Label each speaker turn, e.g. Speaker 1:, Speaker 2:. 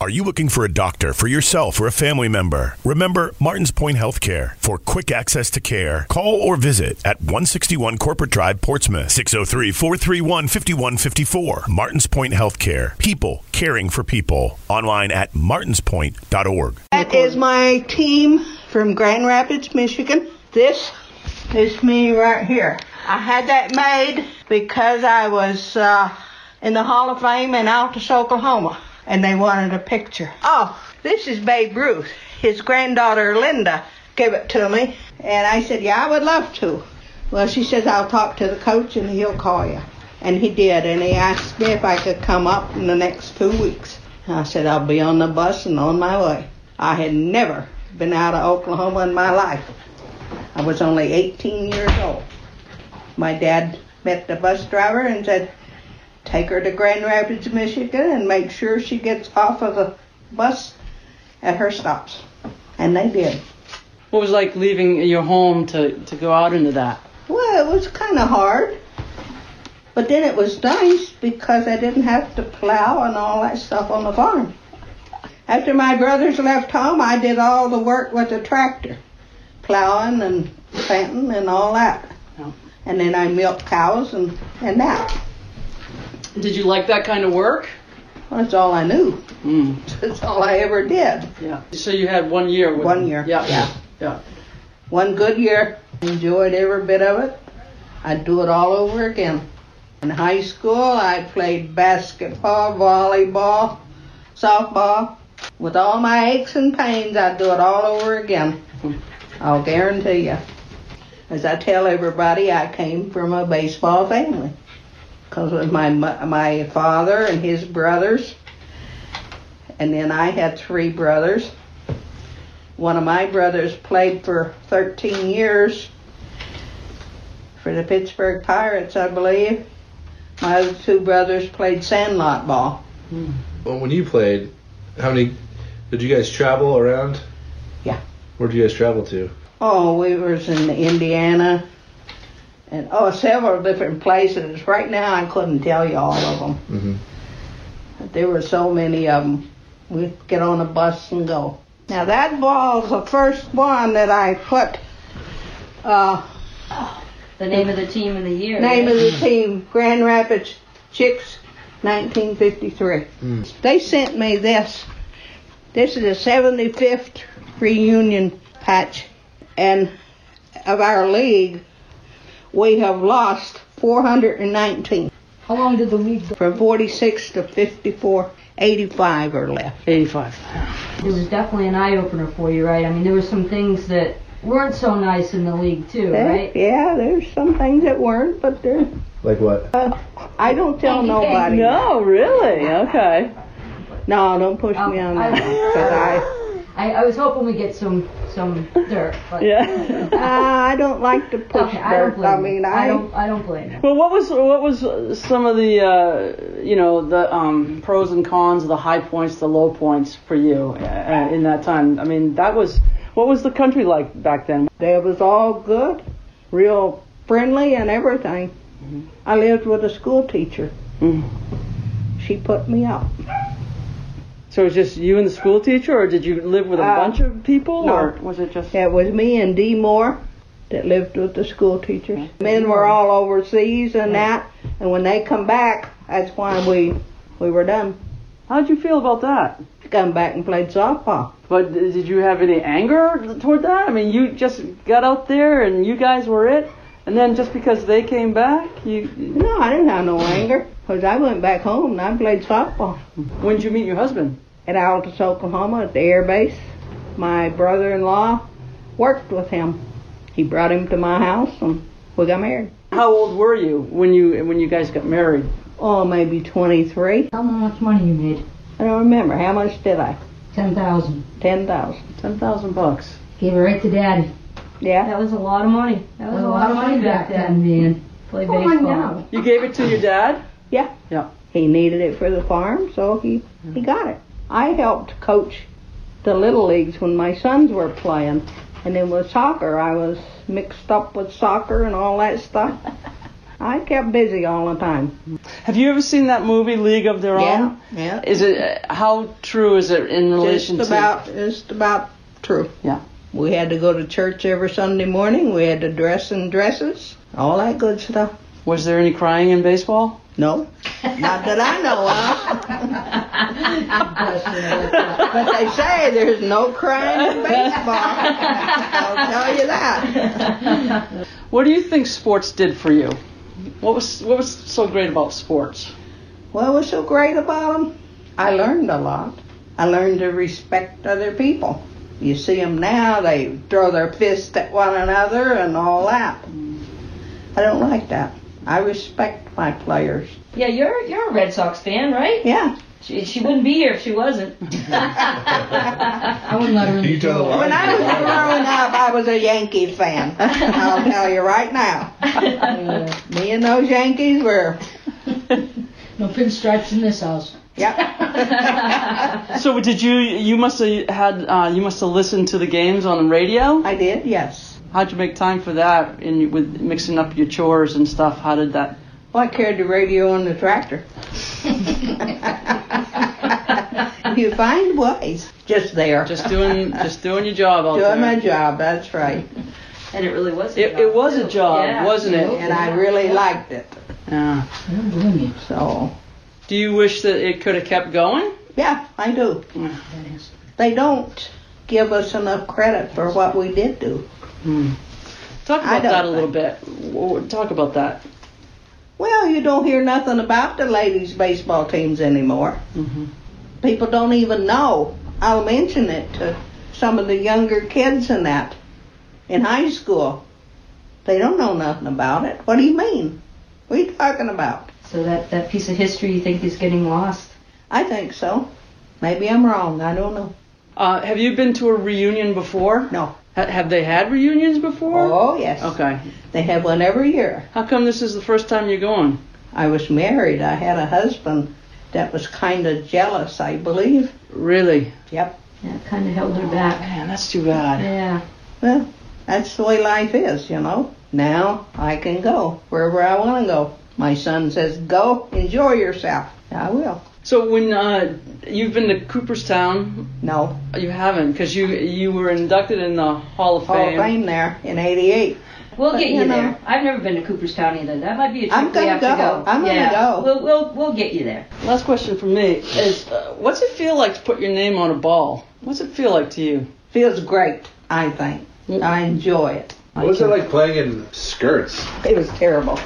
Speaker 1: Are you looking for a doctor for yourself or a family member? Remember Martins Point Healthcare. For quick access to care, call or visit at 161 Corporate Drive, Portsmouth, 603 431 5154. Martins Point Healthcare. People caring for people. Online at martinspoint.org.
Speaker 2: That is my team from Grand Rapids, Michigan. This is me right here. I had that made because I was uh, in the Hall of Fame in Altus, Oklahoma, and they wanted a picture. Oh, this is Babe Ruth. His granddaughter Linda gave it to me, and I said, Yeah, I would love to. Well, she says, I'll talk to the coach and he'll call you. And he did, and he asked me if I could come up in the next two weeks. And I said, I'll be on the bus and on my way. I had never been out of Oklahoma in my life. I was only 18 years old. My dad met the bus driver and said, Take her to Grand Rapids, Michigan, and make sure she gets off of the bus at her stops. And they did.
Speaker 3: What was it like leaving your home to, to go out into that?
Speaker 2: Well, it was kind of hard. But then it was nice because I didn't have to plow and all that stuff on the farm. After my brothers left home, I did all the work with the tractor, plowing and planting and all that.
Speaker 3: No.
Speaker 2: And then I milked cows and, and that.
Speaker 3: Did you like that kind of work?
Speaker 2: That's all I knew.
Speaker 3: Mm.
Speaker 2: That's all I ever did.
Speaker 3: Yeah. So you had one year. With
Speaker 2: One year.
Speaker 3: Yeah.
Speaker 2: Yeah.
Speaker 3: Yeah.
Speaker 2: One good year, enjoyed every bit of it. I'd do it all over again. In high school, I played basketball, volleyball, softball. With all my aches and pains, I'd do it all over again. I'll guarantee you. As I tell everybody, I came from a baseball family. Because of my, mo- my father and his brothers. And then I had three brothers. One of my brothers played for 13 years for the Pittsburgh Pirates, I believe. My other two brothers played sandlot ball.
Speaker 4: Well, when you played, how many did you guys travel around?
Speaker 2: Yeah.
Speaker 4: Where did you guys travel to?
Speaker 2: Oh, we was in Indiana and oh, several different places. Right now, I couldn't tell you all of them.
Speaker 4: Mm-hmm.
Speaker 2: There were so many of them. We get on a bus and go. Now that ball's the first one that I put uh,
Speaker 5: The name of the team of the year.
Speaker 2: Name of the team, Grand Rapids Chicks, 1953. They sent me this. This is the 75th reunion patch, and of our league, we have lost 419
Speaker 5: How long did the league go?
Speaker 2: from 46 to 54. 85 are left.
Speaker 3: 85.
Speaker 5: It was definitely an eye opener for you, right? I mean, there were some things that weren't so nice in the league too, right?
Speaker 2: Yeah, there's some things that weren't, but there.
Speaker 4: Like what?
Speaker 2: I don't tell nobody.
Speaker 3: Oh, really? Okay.
Speaker 2: No, don't push
Speaker 5: Oh,
Speaker 2: me on that. 'cause I.
Speaker 5: I, I was hoping we get some some dirt, but
Speaker 3: Yeah.
Speaker 2: Uh, I don't like to push
Speaker 5: okay, I don't
Speaker 2: dirt.
Speaker 5: blame.
Speaker 2: I
Speaker 5: you.
Speaker 2: mean,
Speaker 5: I
Speaker 2: I,
Speaker 5: don't I don't blame. you.
Speaker 3: Well, what was what was uh, some of the uh, you know the um, pros and cons, the high points, the low points for you uh, in that time? I mean, that was what was the country like back then?
Speaker 2: They was all good, real friendly and everything.
Speaker 5: Mm-hmm.
Speaker 2: I lived with a school teacher.
Speaker 3: Mhm.
Speaker 2: She put me up.
Speaker 3: So it was just you and the school teacher, or did you live with a
Speaker 2: Uh,
Speaker 3: bunch of people,
Speaker 2: no.
Speaker 3: or was it just?
Speaker 2: It was me and Dee Moore that lived with the school teachers. Men were
Speaker 5: Mm-hmm.
Speaker 2: all overseas and that, and when they come back, that's why we we were done.
Speaker 3: How'd you feel about that?
Speaker 2: Come back and played softball.
Speaker 3: But did you have any anger toward that? I mean, you just got out there and you guys were it, and then just because they came back, you.
Speaker 2: No, I didn't have no anger, 'cause I went back home and I played softball.
Speaker 3: When did you meet your husband?
Speaker 2: at Altus, Oklahoma, at the air base. My brother-in-law worked with him. He brought him to my house, and we got married.
Speaker 3: How old were you when you when you guys got married?
Speaker 2: Oh, maybe 23.
Speaker 5: How much money you made?
Speaker 2: I don't remember. How much did I?
Speaker 5: Ten thousand.
Speaker 2: 10,000.
Speaker 3: Ten thousand bucks.
Speaker 5: Gave it right to daddy.
Speaker 2: Yeah.
Speaker 5: That was a lot of money. That was a lot of money back then, man. Play baseball.
Speaker 3: You gave it to your dad.
Speaker 2: Yeah.
Speaker 3: Yeah.
Speaker 2: He needed it for the farm, so he he got it. I helped coach the little leagues when my sons were playing, and then with soccer, I was mixed up with soccer and all that stuff. I kept busy all the time.
Speaker 3: Have you ever seen that movie League of Their Own?
Speaker 2: yeah.
Speaker 3: Is it how true is it in relation
Speaker 2: Just
Speaker 3: to
Speaker 2: about, just about true.
Speaker 3: Yeah.
Speaker 2: We had to go to church every Sunday morning. We had to dress in dresses, all that good stuff.
Speaker 3: Was there any crying in baseball?
Speaker 2: No, not that I know of. but they say there's no crying in baseball. I'll tell you that.
Speaker 3: What do you think sports did for you? What was what was so great about sports?
Speaker 2: What was so great about 'em? I learned a lot. I learned to respect other people. You see 'em now, they throw their fists at one another and all that. I don't like that. I respect my players.
Speaker 5: Yeah, you're you're a Red Sox fan, right?
Speaker 2: Yeah.
Speaker 5: She, she wouldn't be here if she wasn't. I wouldn't let her in
Speaker 4: You
Speaker 5: the
Speaker 4: tell the
Speaker 5: door.
Speaker 4: lie.
Speaker 2: When I was growing up, I was a Yankee fan. I'll tell you right now. Me and those Yankees were,
Speaker 6: No pinstripes in this house.
Speaker 2: yep.
Speaker 3: So did you you must have had uh, you must have listened to the games on the radio?
Speaker 2: I did, yes.
Speaker 3: How'd you make time for that in with mixing up your chores and stuff? How did that?
Speaker 2: Well, I carried the radio on the tractor. you find ways. Just there.
Speaker 3: Just doing just doing your job out there.
Speaker 2: Doing my job, that's right.
Speaker 5: And it really was. a
Speaker 3: It,
Speaker 5: job,
Speaker 3: it was a
Speaker 5: too.
Speaker 3: job,
Speaker 5: Yeah.
Speaker 3: wasn't it?
Speaker 2: And I really liked it.
Speaker 3: Yeah.
Speaker 6: I don't blame you.
Speaker 2: So,
Speaker 3: Do you wish that it could have kept going?
Speaker 2: yeah, I do.
Speaker 3: Oh,
Speaker 6: That is.
Speaker 2: They don't give us enough credit for what we did do.
Speaker 3: Hmm. Talk
Speaker 2: I
Speaker 3: about that a
Speaker 2: don't
Speaker 3: little bit. W- Talk about that.
Speaker 2: Well, you don't hear nothing about the ladies' baseball teams anymore. People don't even know. I'll mention it to some of the younger kids in that, in high school. They don't know nothing about it. What do you mean? What are you talking about?
Speaker 5: So that that piece of history you think is getting lost?
Speaker 2: I think so. Maybe I'm wrong. I don't know.
Speaker 3: Uh, have you been to a reunion before?
Speaker 2: No.
Speaker 3: Ha- have they had reunions before?
Speaker 2: Oh, yes.
Speaker 3: Okay.
Speaker 2: They have one every year.
Speaker 3: How come this is the first time you're going?
Speaker 2: I was married. I had a husband that was kind of jealous, I believe.
Speaker 3: Really?
Speaker 2: Yep.
Speaker 5: Yeah, kind of held her back.
Speaker 3: Man, that's too bad.
Speaker 5: Yeah.
Speaker 2: Well, that's the way life is, you know. Now I can go wherever I want to go. My son says, go, enjoy yourself. I will.
Speaker 3: So when uh, you've been to Cooperstown,
Speaker 2: No,
Speaker 3: you haven't, because you you were inducted in the Hall of
Speaker 2: Hall of
Speaker 3: Fame.
Speaker 2: Fame there in 88.
Speaker 5: We'll get you,
Speaker 2: you know-
Speaker 5: there. I've never been to Cooperstown either. That might be a trip
Speaker 2: I'm
Speaker 5: we
Speaker 2: gonna
Speaker 5: have to
Speaker 2: go.
Speaker 5: go.
Speaker 2: I'm gonna
Speaker 5: yeah.
Speaker 2: go.
Speaker 5: We'll, we'll we'll get you there.
Speaker 3: Last question from me is, uh, what's it feel like to put your name on a ball? What's it feel like to you?
Speaker 2: Feels great, I think. I enjoy it.
Speaker 4: What was it like playing in skirts?
Speaker 2: It was terrible.